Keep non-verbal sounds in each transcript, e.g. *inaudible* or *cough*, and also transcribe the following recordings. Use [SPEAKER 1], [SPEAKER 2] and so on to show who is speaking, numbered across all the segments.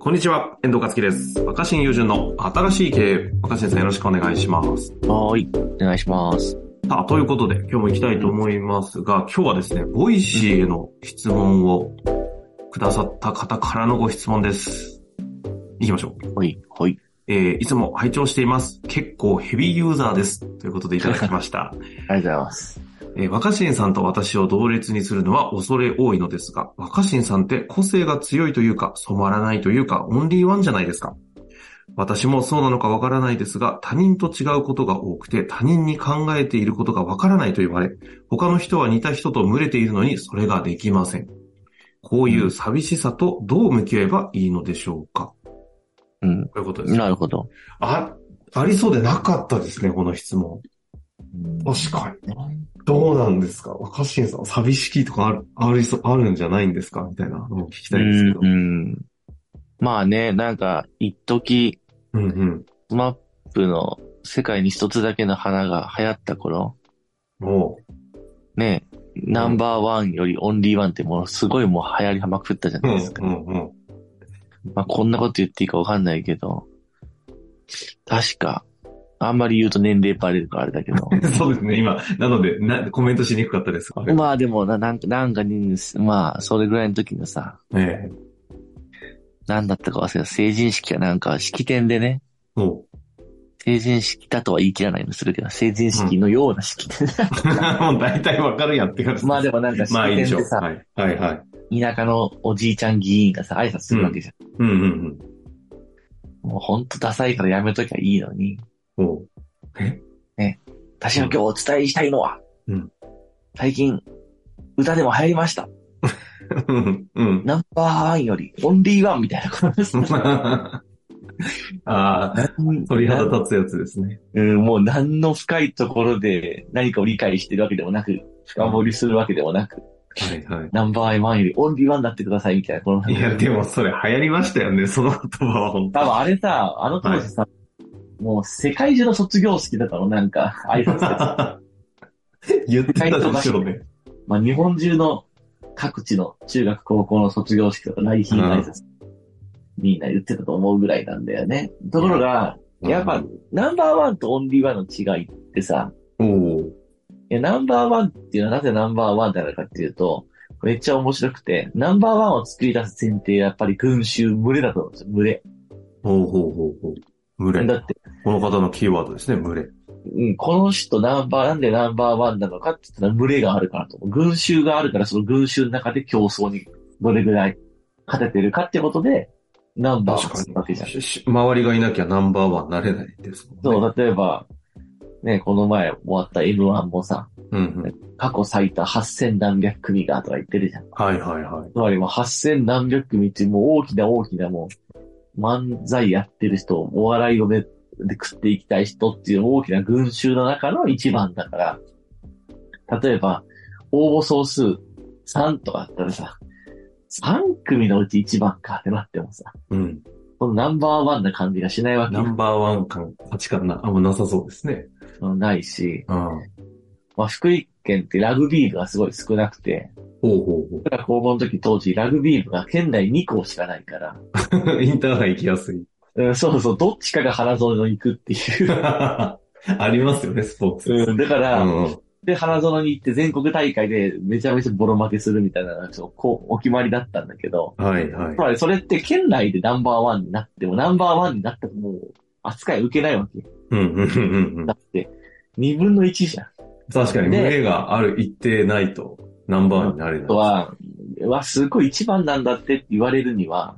[SPEAKER 1] こんにちは、遠藤和樹です。若新友人の新しい経営、若新さんよろしくお願いします。
[SPEAKER 2] はーい。お願いします。
[SPEAKER 1] さあ、ということで、今日も行きたいと思いますが、今日はですね、ボイシーへの質問をくださった方からのご質問です。行きましょう。
[SPEAKER 2] はい、はい。
[SPEAKER 1] えー、いつも拝聴しています。結構ヘビーユーザーです。ということでいただきました。
[SPEAKER 2] ありがとうございます。
[SPEAKER 1] えー若新さんと私を同列にするのは恐れ多いのですが、若新さんって個性が強いというか、染まらないというか、オンリーワンじゃないですか。私もそうなのかわからないですが、他人と違うことが多くて、他人に考えていることがわからないと言われ、他の人は似た人と群れているのにそれができません。こういう寂しさとどう向き合えばいいのでしょうか
[SPEAKER 2] うん。
[SPEAKER 1] ということです。
[SPEAKER 2] なるほど。
[SPEAKER 1] あ、ありそうでなかったですね、この質問。確かに。
[SPEAKER 2] に。
[SPEAKER 1] どうなんですか若新さん、寂しきとかある、ありそう、あるんじゃないんですかみたいなのを聞きた
[SPEAKER 2] う
[SPEAKER 1] いですけ
[SPEAKER 2] ん
[SPEAKER 1] ど、。
[SPEAKER 2] うん。まあね、なんか、一時、
[SPEAKER 1] うんうん。
[SPEAKER 2] スマップの世界に一つだけの花が流行った頃、
[SPEAKER 1] も
[SPEAKER 2] ね、ナンバーワンよりオンリーワンってものすごいもう流行りはまくったじゃ
[SPEAKER 1] う、う
[SPEAKER 2] ない
[SPEAKER 1] ん
[SPEAKER 2] ですか。
[SPEAKER 1] うんうん。
[SPEAKER 2] まあこんなこと言っていいかわかんないけど、確か、あんまり言うと年齢バレるからあれだけ *laughs* ど。
[SPEAKER 1] そうですね、今。なので、な、コメントしにくかったです。あれ
[SPEAKER 2] まあでもな、なんか、なんかに、まあ、それぐらいの時のさ、
[SPEAKER 1] ええ。
[SPEAKER 2] 何だったか忘れた。成人式かなんか、式典でね、
[SPEAKER 1] *laughs* そ
[SPEAKER 2] 成人式だとは言い切らないのするけど、成人式のような
[SPEAKER 1] *laughs*
[SPEAKER 2] 式典、
[SPEAKER 1] う。もう大体わかるやんって感じ。
[SPEAKER 2] まあでもなんか式
[SPEAKER 1] まあいい
[SPEAKER 2] 典
[SPEAKER 1] でし
[SPEAKER 2] で
[SPEAKER 1] ょう。
[SPEAKER 2] さ、
[SPEAKER 1] はい。はいはい。
[SPEAKER 2] 田舎のおじいちゃん議員がさ、挨拶するわけじゃ
[SPEAKER 1] う
[SPEAKER 2] ん。
[SPEAKER 1] んうんうん。
[SPEAKER 2] もうほんとダサいからやめときゃいいのに、
[SPEAKER 1] も
[SPEAKER 2] 私が今日お伝えしたいのは、
[SPEAKER 1] うん
[SPEAKER 2] 最近、歌でも流行りました。
[SPEAKER 1] う。 *laughs* うんうん。 *laughs*
[SPEAKER 2] ナンバーワンより、オンリーワンみたいなことです。
[SPEAKER 1] ああー、鳥肌立つやつですね。
[SPEAKER 2] うん、もう何の深いところで何かを理解してるわけでもなく、深掘りするわけでもなく、
[SPEAKER 1] はいはい。
[SPEAKER 2] ナンバーワンよりオンリーワンになってくださいみたいな、この
[SPEAKER 1] いや、でもそれ流行りましたよね、その言葉は本当
[SPEAKER 2] 多分あれさ、あの当時さ、もう世界中の卒業式だったの、なんか、挨拶がさ
[SPEAKER 1] *laughs* 言ってたでしょうね。 *laughs*
[SPEAKER 2] まあ日本中の各地の中学高校の卒業式とか来賓の挨拶、みんな言ってたと思うぐらいなんだよね。ところが、やっぱ、ナンバーワンとオンリーワンの違いってさ、
[SPEAKER 1] おお。
[SPEAKER 2] いや、ナンバーワンっていうのはなぜナンバーワンなのかっていうと、めっちゃ面白くて、ナンバーワンを作り出す前提はやっぱり群衆群れだと思うんですよ、群れ。
[SPEAKER 1] ほうほうほうほう。群
[SPEAKER 2] だ
[SPEAKER 1] れ。
[SPEAKER 2] って、
[SPEAKER 1] この方のキーワードですね、群れ。
[SPEAKER 2] うん、この人ナンバー、なんでナンバーワンなのかって言ったら群れがあるからと。群衆があるから、その群衆の中で競争にどれぐらい勝ててるかってことで、ナンバーワンをするわけじゃん。
[SPEAKER 1] しし周りがいなきゃナンバーワンなれないですもんね。
[SPEAKER 2] そう、例えば、ね、この前終わった M1 もさ、
[SPEAKER 1] うんうん。
[SPEAKER 2] 過去最多8000何百組がとか言ってるじゃん。
[SPEAKER 1] はいはいはい。
[SPEAKER 2] つまりもう8000何百組っていうもう大きな大きなもう、漫才やってる人、お笑いをめで食っていきたい人っていう大きな群衆の中の一番だから、例えば、応募総数3とかだったらさ、3組のうち1番かってなってもさ、
[SPEAKER 1] うん。
[SPEAKER 2] このナンバーワンな感じがしないわけ
[SPEAKER 1] ナンバーワン感、価値観な、あんまなさそうですね。
[SPEAKER 2] もないし、
[SPEAKER 1] うん。
[SPEAKER 2] まあ、福井県ってラグビー部がすごい少なくて、
[SPEAKER 1] ほうほう
[SPEAKER 2] 僕ら高校の時当時ラグビー部が県内2校しかないから、
[SPEAKER 1] ほう。イ *laughs* ンターハイ行きやすい。 *laughs*
[SPEAKER 2] うん、そうそう、どっちかが花園に行くっていう。
[SPEAKER 1] ありますよね、スポーツ。
[SPEAKER 2] うん、だから、
[SPEAKER 1] うんうん
[SPEAKER 2] で、花園に行って全国大会でめちゃめちゃボロ負けするみたいなのが、そうこう、お決まりだったんだけど、
[SPEAKER 1] はいはい
[SPEAKER 2] つ。まりそれって県内でナンバーワンになっても、ナンバーワンになったらもう、扱い受けないわけ。
[SPEAKER 1] うんうんうんうんうん
[SPEAKER 2] だ。って、二分の一じゃん。
[SPEAKER 1] 確かに、
[SPEAKER 2] で
[SPEAKER 1] 群れがある一定ないと、ナンバーワンになれない。
[SPEAKER 2] あとは、うわ、すごい一番なんだってって言われるには、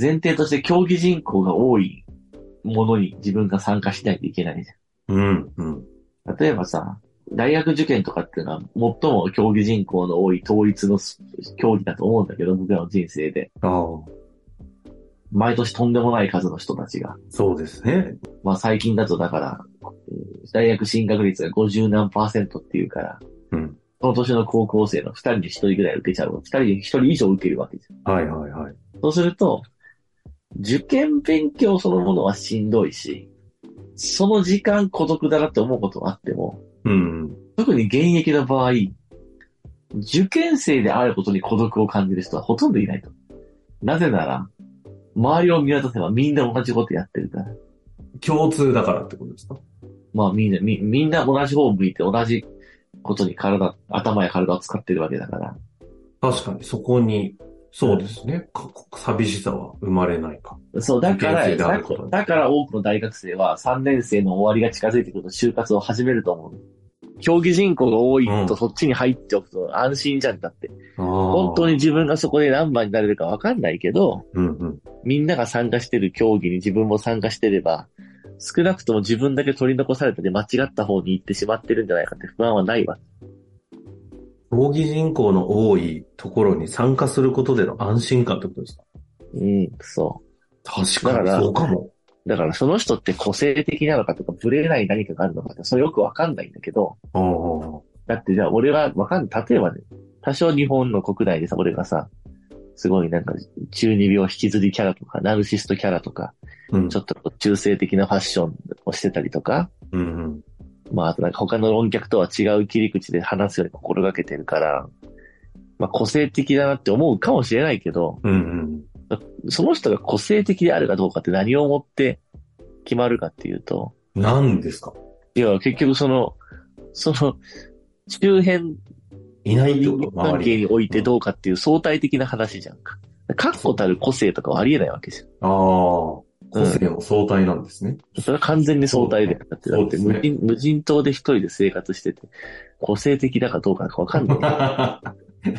[SPEAKER 2] 前提として競技人口が多いものに自分が参加しないといけないじ
[SPEAKER 1] うん、うん。
[SPEAKER 2] ゃん。例えばさ、大学受験とかっていうのは、最も競技人口の多い統一のす競技だと思うんだけど、僕らの人生で。
[SPEAKER 1] ああ、
[SPEAKER 2] 毎年とんでもない数の人たちが、
[SPEAKER 1] そうですね。
[SPEAKER 2] まあ最近だとだから、うん大学進学率が50何パーセントっていうから、
[SPEAKER 1] うん。
[SPEAKER 2] その年の高校生の2人に1人ぐらい受けちゃう。2人に1人以上受けるわけじゃ
[SPEAKER 1] はいはいはい。
[SPEAKER 2] ん。そうすると、受験勉強そのものはしんどいし、その時間孤独だなって思うことがあっても、
[SPEAKER 1] うん。
[SPEAKER 2] 特に現役の場合、受験生であることに孤独を感じる人はほとんどいないと。なぜなら、周りを見渡せばみんな同じことやってるから。
[SPEAKER 1] 共通だからってことですか
[SPEAKER 2] まあみんな、みみんな同じ方を向いて同じことに体、頭や体を使ってるわけだから。
[SPEAKER 1] 確かに、そこに、そうですね。か寂しさは生まれないか。
[SPEAKER 2] そう、だから、
[SPEAKER 1] 受験生であ
[SPEAKER 2] だ
[SPEAKER 1] ること
[SPEAKER 2] だから多くの大学生は3年生の終わりが近づいてくると就活を始めると思う。競技人口が多いとそっちに入っておくと安心じゃんだって。本
[SPEAKER 1] 本
[SPEAKER 2] 当に。自分がそこで何番になれるかわかんないけど、
[SPEAKER 1] うんうん。
[SPEAKER 2] みんなが参加してる競技に自分も参加してれば、少なくとも自分だけ取り残されてで間違った方に行ってしまってるんじゃないかって不安はないわ。
[SPEAKER 1] 競技人口の多いところに参加することでの安心感ってことですか
[SPEAKER 2] うん、そ
[SPEAKER 1] 確か
[SPEAKER 2] だ
[SPEAKER 1] に、
[SPEAKER 2] から
[SPEAKER 1] そうかも。
[SPEAKER 2] う。だからその人って個性的なのかとか、ブレない何かがあるのかって、それよくわかんないんだけど、
[SPEAKER 1] ああ
[SPEAKER 2] だってじゃあ俺がわかんない。例えばね、多少日本の国内でさ、俺がさ、すごいなんか中二病引きずりキャラとか、ナルシストキャラとか、
[SPEAKER 1] うん
[SPEAKER 2] ちょっと中性的なファッションをしてたりとか、
[SPEAKER 1] うんうん。
[SPEAKER 2] まああとなんか他の論客とは違う切り口で話すように心がけてるから、まあ個性的だなって思うかもしれないけど、
[SPEAKER 1] うんうん。
[SPEAKER 2] その人が個性的であるかどうかって何をもって決まるかっていうと、
[SPEAKER 1] 何ですか
[SPEAKER 2] いや結局その、その、周辺
[SPEAKER 1] いないってこと
[SPEAKER 2] 関
[SPEAKER 1] 周り。
[SPEAKER 2] 係においてどうかっていう相対的な話じゃんか。確固たる個性とかはありえないわけじゃん。
[SPEAKER 1] ああ、個性も相対なんですね。
[SPEAKER 2] それは完全に相対で
[SPEAKER 1] そ
[SPEAKER 2] だって、だって無
[SPEAKER 1] そうです
[SPEAKER 2] 人無人島で一人で生活してて、個性的だかどうかなんかわかんない。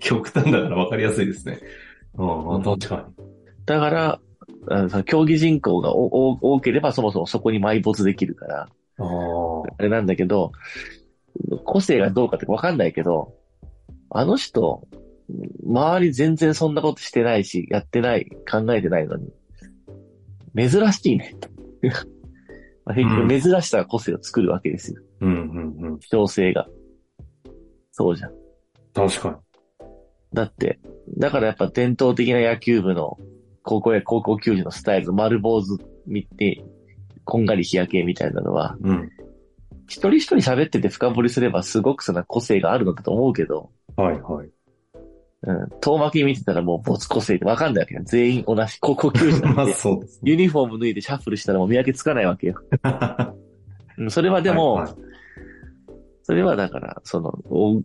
[SPEAKER 1] *laughs* 極端だから分かりやすいですね。うん、確かに。
[SPEAKER 2] だから、あのその競技人口がおお多ければそもそもそこに埋没できるから、
[SPEAKER 1] ああ。
[SPEAKER 2] あれなんだけど、個性がどうかってわかんないけど、あの人、周り全然そんなことしてないし、やってない、考えてないのに、珍しいね。 *laughs* まあ結
[SPEAKER 1] うん
[SPEAKER 2] 局、珍しさが個性を作るわけですよ。
[SPEAKER 1] うんうんうん。
[SPEAKER 2] 希少性が。そうじゃん。
[SPEAKER 1] 確か
[SPEAKER 2] だって、だからやっぱ伝統的な野球部の高校や高校球児のスタイル、丸坊主見て、こんがり日焼けみたいなのは、
[SPEAKER 1] に。うん。
[SPEAKER 2] 一人一人喋ってて深掘りすればすごくその個性があるのだと思うけど、
[SPEAKER 1] はいはい。
[SPEAKER 2] うん、遠巻き見てたらもう没個性ってわかんないわけよ。全員同じ高校球児な
[SPEAKER 1] *laughs* *laughs*
[SPEAKER 2] ん
[SPEAKER 1] まあ
[SPEAKER 2] で、
[SPEAKER 1] そうですね。
[SPEAKER 2] ユニフォーム脱いでシャッフルしたらもう見分けつかないわけよ。うん、それはでも、
[SPEAKER 1] はいはい
[SPEAKER 2] それはだから、その、お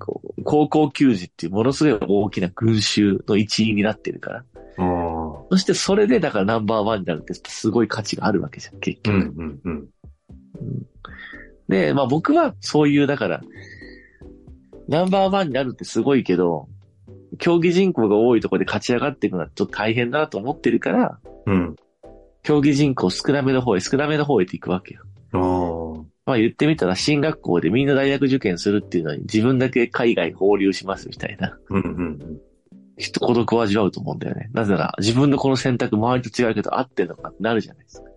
[SPEAKER 2] 高校球児っていうものすごい大きな群衆の一員になってるから。
[SPEAKER 1] ああ。
[SPEAKER 2] そしてそれでだからナンバーワンになるってすごい価値があるわけじゃん、結
[SPEAKER 1] う
[SPEAKER 2] 局。
[SPEAKER 1] んうんうん。
[SPEAKER 2] で、まあ僕はそういう、だから、ナンバーワンになるってすごいけど、競技人口が多いところで勝ち上がっていくのはちょっと大変だなと思ってるから、
[SPEAKER 1] うん。
[SPEAKER 2] 競技人口少なめの方へ少なめの方へっていくわけよ。
[SPEAKER 1] ああ。
[SPEAKER 2] まあ言ってみたら進学校でみんな大学受験するっていうのに自分だけ海外放流しますみたいな。
[SPEAKER 1] うんうん
[SPEAKER 2] きっと孤独を味わうと思うんだよね。なぜなら自分のこの選択周りと違うけど合ってるのかってなるじゃないですか。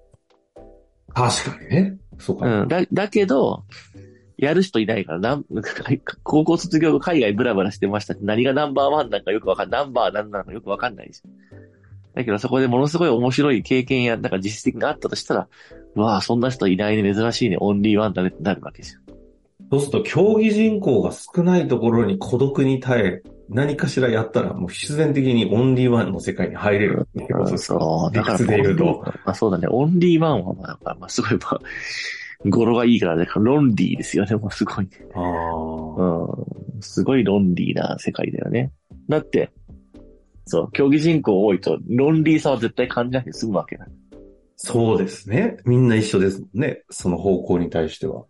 [SPEAKER 1] 確かにね。そうか。
[SPEAKER 2] うん。だ、だけど、やる人いないから、なん、 *laughs* 高校卒業後海外ブラブラしてましたって何がナンバーワンなんかよくわかんナンバーなんなのかよくわかんないし。だけどそこでものすごい面白い経験や、なんか実績があったとしたら、うわあそんな人いないね、珍しいね、オンリーワンだねってなるわけじゃん。
[SPEAKER 1] そうすると、競技人口が少ないところに孤独に耐え、何かしらやったら、もう必然的にオンリーワンの世界に入れるっていうことですか。
[SPEAKER 2] そう、だから
[SPEAKER 1] 理屈で言うと
[SPEAKER 2] オンリーワンまあそうだね、オンリーワンはまあ、まあ、すごい、まあ、語呂がいいからね、ロンリーですよね、もうすごいね。
[SPEAKER 1] ああ。
[SPEAKER 2] うんすごいロンリーな世界だよね。だって、そう、競技人口多いと、ロンリーさは絶対感じなくて済むわけだ。
[SPEAKER 1] そうですね。みんな一緒ですもんね。その方向に対しては。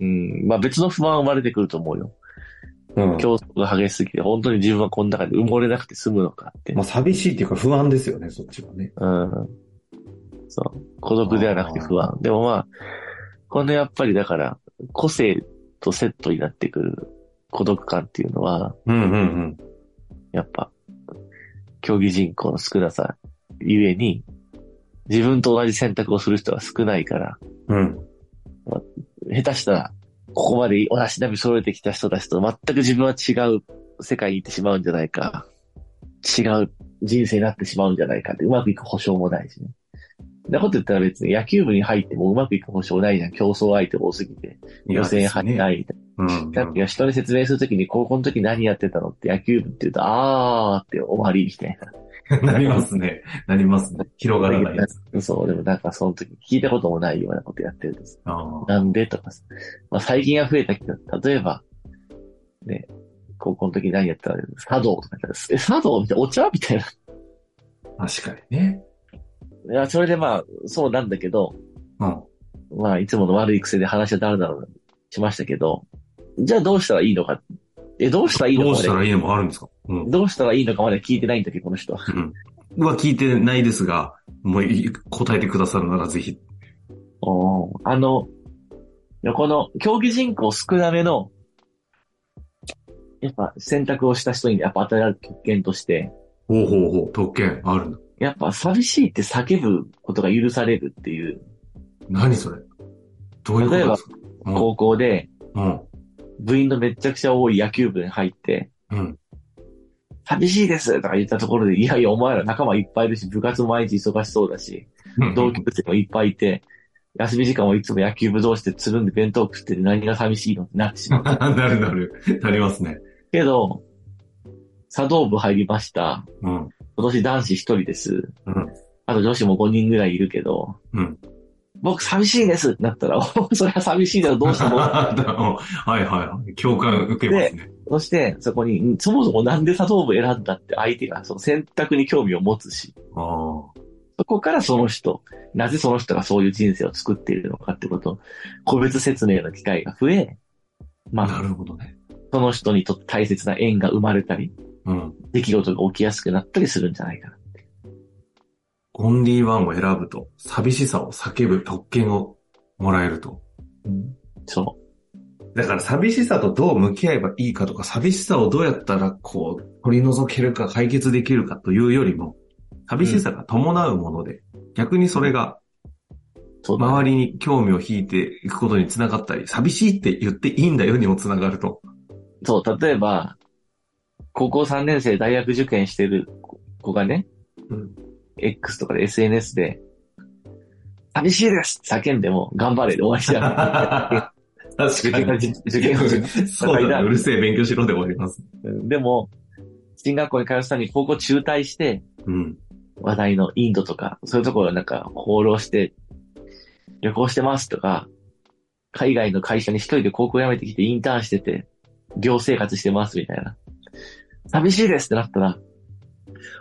[SPEAKER 2] うん。まあ別の不安は生まれてくると思うよ。
[SPEAKER 1] うん。
[SPEAKER 2] 競争が激しすぎて、本当に自分はこの中で埋もれなくて済むのかって。
[SPEAKER 1] まあ、寂しいっていうか不安ですよね、そっちはね。
[SPEAKER 2] うん。そう。孤独ではなくて不安。でもまあ、このやっぱりだから、個性とセットになってくる孤独感っていうのは、
[SPEAKER 1] うんうんうん。
[SPEAKER 2] やっぱ、競技人口の少なさゆえに、自分と同じ選択をする人は少ないから、
[SPEAKER 1] うん。
[SPEAKER 2] 下手したら、ここまでお足並み揃えてきた人たちと全く自分は違う世界に行ってしまうんじゃないか、違う人生になってしまうんじゃないかって、うまくいく保証もないしね。そんなこと言ったら別に野球部に入ってもうまくいく保証ないじゃん。競争相手多すぎて。予選入って
[SPEAKER 1] いや。
[SPEAKER 2] ないみたいな
[SPEAKER 1] ですね
[SPEAKER 2] だって人に説明するときに高校の時何やってたのって野球部って言うと、あーって終わりみたいな。
[SPEAKER 1] なりますね。なりますね。広がらない *laughs* です。
[SPEAKER 2] そう、でもなんかその時聞いたこともないようなことやってるんです。
[SPEAKER 1] あー
[SPEAKER 2] なんでとかさ、まあ、最近は増えたけど、例えば、ね、高校の時何やったら、茶道とかやったら、え、茶道みたいな、お茶みたいな。
[SPEAKER 1] 確かにね。
[SPEAKER 2] いや、それでまあ、そうなんだけど、
[SPEAKER 1] うん。
[SPEAKER 2] まあ、いつもの悪い癖で話はだらだらしましたけど、じゃあどうしたらいいのか、え、どうしたらいいのか
[SPEAKER 1] どう
[SPEAKER 2] まで
[SPEAKER 1] したらいいのもあるんですかうん。
[SPEAKER 2] どうしたらいいのかまで聞いてないんだけど、この人は。
[SPEAKER 1] うん。は聞いてないですが、もうい答えてくださるならぜひ。
[SPEAKER 2] おーあの、この競技人口少なめの、やっぱ選択をした人にやっぱ与えられる特権として、
[SPEAKER 1] ほうほうほう、特権あるんだ。
[SPEAKER 2] やっぱ寂しいって叫ぶことが許されるっていう
[SPEAKER 1] 何それどういうことですか
[SPEAKER 2] 高校で、
[SPEAKER 1] うん。
[SPEAKER 2] 部員のめちゃくちゃ多い野球部に入って、
[SPEAKER 1] うん。
[SPEAKER 2] 寂しいですとか言ったところで、いやいやお前ら仲間いっぱいいるし、部活も毎日忙しそうだし、
[SPEAKER 1] うん。
[SPEAKER 2] 同級生もいっぱいいて、休み時間もいつも野球部同士でつるんで弁当食ってて何が寂しいのってなってしま
[SPEAKER 1] *laughs*
[SPEAKER 2] う。
[SPEAKER 1] なるなる。なりますね。
[SPEAKER 2] けど、茶道部入りました。
[SPEAKER 1] うん。
[SPEAKER 2] 今年男子一人です。
[SPEAKER 1] うん
[SPEAKER 2] あと女子も5人ぐらいいるけど、
[SPEAKER 1] うん
[SPEAKER 2] 僕寂しいですってなったら、 *laughs* おそれは寂しいだろ、
[SPEAKER 1] *laughs*
[SPEAKER 2] どうしても。
[SPEAKER 1] はいはい。共感受けますね。
[SPEAKER 2] そして、そこに、んそもそもなんで茶道部選んだって相手が、その選択に興味を持つし、
[SPEAKER 1] ああ。
[SPEAKER 2] そこからその人、なぜその人がそういう人生を作っているのかってこと、個別説明の機会が増え、ま
[SPEAKER 1] な
[SPEAKER 2] あ、
[SPEAKER 1] るほどね。
[SPEAKER 2] その人にとって大切な縁が生まれたり、
[SPEAKER 1] うん。
[SPEAKER 2] 出来事が起きやすくなったりするんじゃないかな。
[SPEAKER 1] オンリーワンを選ぶと、寂しさを叫ぶ特権をもらえると。
[SPEAKER 2] そ
[SPEAKER 1] だから寂しさとどう向き合えばいいかとか、寂しさをどうやったらこう、取り除けるか解決できるかというよりも、寂しさが伴うもので、逆にそれが
[SPEAKER 2] う。そうだね
[SPEAKER 1] 周りに興味を引いていくことにつながったり、寂しいって言っていいんだよにもつながると。
[SPEAKER 2] そう、例えば、高校3年生大学受験してる子がね、
[SPEAKER 1] うん。
[SPEAKER 2] X とかで SNS で、寂しいですって叫んでも、頑張れで終わりじゃん。
[SPEAKER 1] 確
[SPEAKER 2] 受験が受受験が
[SPEAKER 1] そうだね。うるせえ勉強しろで終わります。
[SPEAKER 2] でも、進学校に通うために高校中退して、
[SPEAKER 1] うん。
[SPEAKER 2] 話題のインドとか、そういうところをなんか放浪して、旅行してますとか、海外の会社に一人で高校辞めてきてインターンしてて、寮生活してますみたいな。寂しいですってなったら、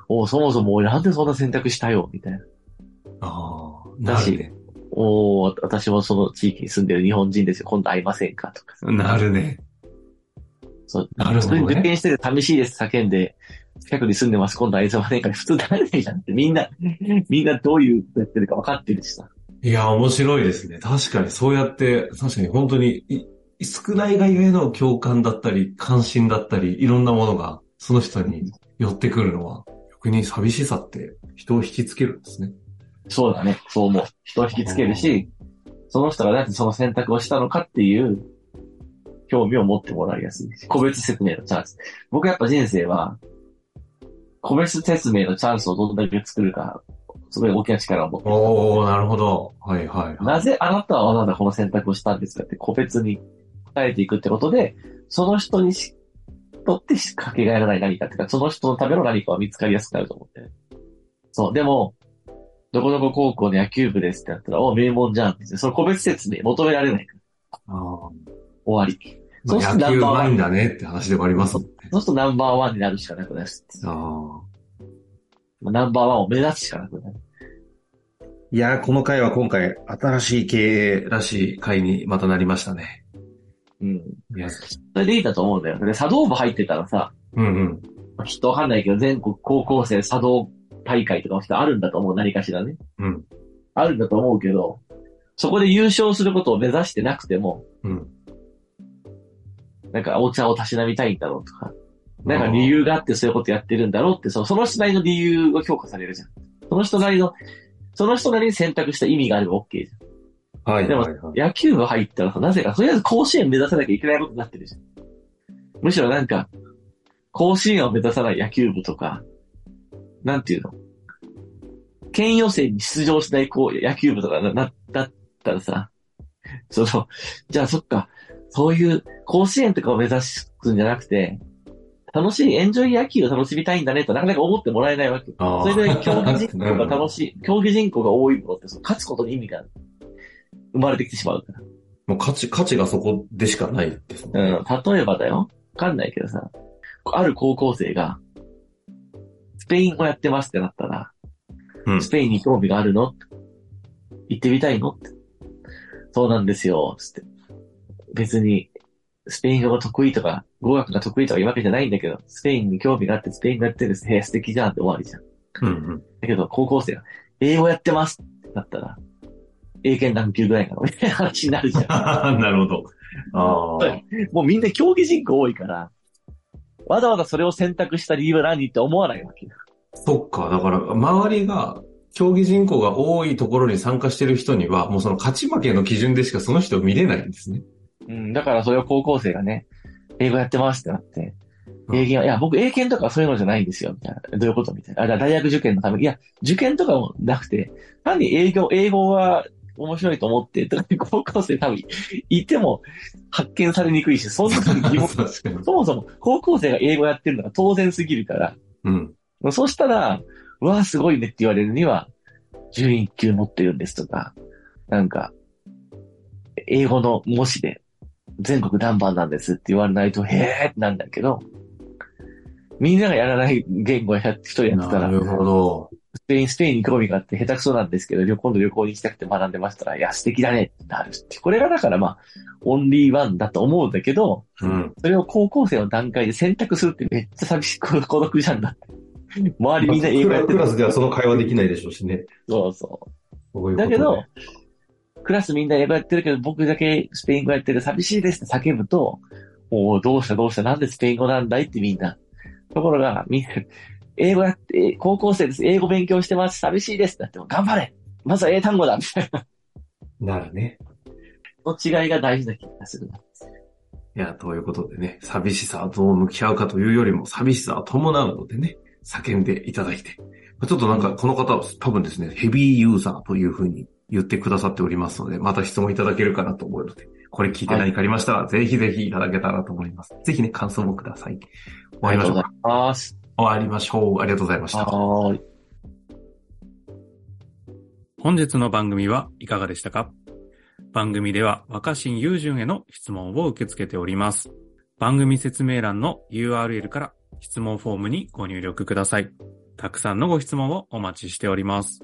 [SPEAKER 2] おうそもそも俺なんでそんな選択したよみたいな。
[SPEAKER 1] ああ、
[SPEAKER 2] だ
[SPEAKER 1] な
[SPEAKER 2] し
[SPEAKER 1] るね。
[SPEAKER 2] おお私もその地域に住んでる日本人ですよ。今度会いませんかとか。
[SPEAKER 1] なるね。
[SPEAKER 2] そう。
[SPEAKER 1] なるほ
[SPEAKER 2] 普通
[SPEAKER 1] ど
[SPEAKER 2] に受
[SPEAKER 1] ね。
[SPEAKER 2] 験してて寂しいです叫んで、近くに住んでます、今度会いませんか普通なれないじゃんって。みんな、みんなどういうことやってるか分かってるしさ。
[SPEAKER 1] いや、面白いですね。確かにそうやって、確かに本当に、い少ないがゆえの共感だったり、関心だったり、いろんなものが、その人に寄ってくるのは、逆に寂しさって人を引きつけるんですね。
[SPEAKER 2] そうだね。そう思う。人を引きつけるし、その人がなぜその選択をしたのかっていう、興味を持ってもらいやすいし。個別説明のチャンス。僕やっぱ人生は、個別説明のチャンスをどんだけ作るか、すごい大きな力を持ってる
[SPEAKER 1] おー、なるほど。はいはいはい。
[SPEAKER 2] なぜあなたはわざわざこの選択をしたんですかって個別に答えていくってことで、その人にし、とってしかけがえのない何かっていうか、その人のための何かは見つかりやすくなると思って。そう、でも、どこどこ高校の野球部ですってなったら、お、名門じゃんって。その個別説明求められないか
[SPEAKER 1] あ
[SPEAKER 2] ら。
[SPEAKER 1] ー
[SPEAKER 2] 終わり。
[SPEAKER 1] ま
[SPEAKER 2] そうす
[SPEAKER 1] あ
[SPEAKER 2] ると
[SPEAKER 1] 野球う
[SPEAKER 2] ナンバーワ
[SPEAKER 1] ま
[SPEAKER 2] ン
[SPEAKER 1] いんだねって話でもありますもんね。
[SPEAKER 2] そうするとナンバーワンになるしかなくなる。
[SPEAKER 1] ああ。
[SPEAKER 2] ナンバーワンを目指すしかなくなる。
[SPEAKER 1] いやー、この回は今回、新しい経営らしい回にまたなりましたね。
[SPEAKER 2] うん。
[SPEAKER 1] いや
[SPEAKER 2] それでいいんだと思うんだよ。で、茶道部入ってたらさ、
[SPEAKER 1] うんうん。
[SPEAKER 2] きっとわかんないけど、全国高校生茶道大会とかもきっとあるんだと思う、何かしらね。
[SPEAKER 1] うん。
[SPEAKER 2] あるんだと思うけど、そこで優勝することを目指してなくても、
[SPEAKER 1] うん。
[SPEAKER 2] なんかお茶をたしなみたいんだろうとか、なんか理由があってそういうことやってるんだろうって、そのその人なりの理由が評価されるじゃん。その人なりの、その人なりに選択した意味があれば OK じゃん。
[SPEAKER 1] はい。
[SPEAKER 2] でも
[SPEAKER 1] はいはい
[SPEAKER 2] 野球部入ったらさ、なぜか、とりあえず甲子園目指さなきゃいけないことになってるじゃん。むしろなんか、甲子園を目指さない野球部とか、なんていうの県予選に出場しないこう野球部とかな、な、だったらさ、その、じゃあそっか、そういう甲子園とかを目指すんじゃなくて、楽しい、エンジョイ野球を楽しみたいんだねとなかなか思ってもらえないわけ。
[SPEAKER 1] あ
[SPEAKER 2] そ
[SPEAKER 1] ー
[SPEAKER 2] れで競技人口が
[SPEAKER 1] *laughs*
[SPEAKER 2] 楽しい、競技人口が多いものって、その勝つことに意味が生まれてきてしまうから。
[SPEAKER 1] もう価値、価値がそこでしかないですもんね。
[SPEAKER 2] うん、例えばだよ。わかんないけどさ、ある高校生が、スペイン語やってますってなったら、
[SPEAKER 1] うん
[SPEAKER 2] スペインに興味があるの行ってみたいのってそうなんですよ、つって。別に、スペイン語が得意とか、語学が得意とかいうわけじゃないんだけど、スペインに興味があって、スペイン語やってる部屋素敵じゃんって終わりじゃん。
[SPEAKER 1] うん *laughs*
[SPEAKER 2] だけど、高校生が、英語やってますってなったら、英検何級ぐらいなのみたいな話になるじゃん。
[SPEAKER 1] うん。なるほど。ああ。
[SPEAKER 2] *laughs* もうみんな競技人口多いから、わざわざそれを選択した理由は何って思わないわけ。
[SPEAKER 1] そっか。だから、周りが、競技人口が多いところに参加してる人には、もうその勝ち負けの基準でしかその人を見れないんですね。
[SPEAKER 2] うん、だからそれを高校生がね、英語やってますってなって、
[SPEAKER 1] うん
[SPEAKER 2] 英検は、いや、僕英検とかそういうのじゃないんですよ、みたいな。どういうことみたいな。あ、じゃあ大学受験のために、いや、受験とかもなくて、単に英語、英語は面白いと思って、とか高校生多分、いても発見されにくいし、そんなに *laughs* 疑問
[SPEAKER 1] *laughs* 確かに。
[SPEAKER 2] そもそも高校生が英語やってるのが当然すぎるから、
[SPEAKER 1] うん。
[SPEAKER 2] そしたら、うわあ、すごいねって言われるには、11級持ってるんですとか、なんか、英語の模試で全国何番なんですって言われないと、へーってなんだけど、みんながやらない言語をやって一人やってた
[SPEAKER 1] な
[SPEAKER 2] ら、
[SPEAKER 1] るほど。
[SPEAKER 2] スペイン、スペインに興味があって下手くそなんですけど、旅今度旅行に行きたくて学んでましたら、いや、素敵だねってなるって。これがだからまあ、オンリーワンだと思うんだけど、
[SPEAKER 1] うん。
[SPEAKER 2] それを高校生の段階で選択するってめっちゃ寂し *laughs* く孤独じゃんだって。周りみんな英語やって
[SPEAKER 1] クラ
[SPEAKER 2] る。
[SPEAKER 1] スではその会話できないでしょうしね。
[SPEAKER 2] そうそ。
[SPEAKER 1] そういううこと
[SPEAKER 2] だ
[SPEAKER 1] ね
[SPEAKER 2] けど、、クラスみんな英語やってるけど、僕だけスペイン語やってる寂しいですって叫ぶと、おうどうしたどうしたなんでスペイン語なんだいってみんな。ところが、 *laughs* みんな、英語やって、高校生です。英語勉強してます。寂しいですってなっても、頑張れまずは英単語だ *laughs* みたい
[SPEAKER 1] なるね。
[SPEAKER 2] な。の違いが大事な気がするな。
[SPEAKER 1] いや、ということでね、寂しさどう向き合うかというよりも、寂しさを伴うのでね、叫んでいただいて。ちょっとなんか、この方、多分ですね、ヘビーユーザーというふうに言ってくださっておりますので、また質問いただけるかなと思うので、これ聞いて何かありましたら、ぜひぜひいただけたらと思います。ぜひね、感想もください。終わりましょう
[SPEAKER 2] ありが
[SPEAKER 1] か。
[SPEAKER 2] とうございます。
[SPEAKER 1] 終わりましょう。ありがとうございました。
[SPEAKER 2] はーい。
[SPEAKER 3] 本日の番組はいかがでしたか番組では若新雄純への質問を受け付けております。番組説明欄の URL から質問フォームにご入力ください。たくさんのご質問をお待ちしております。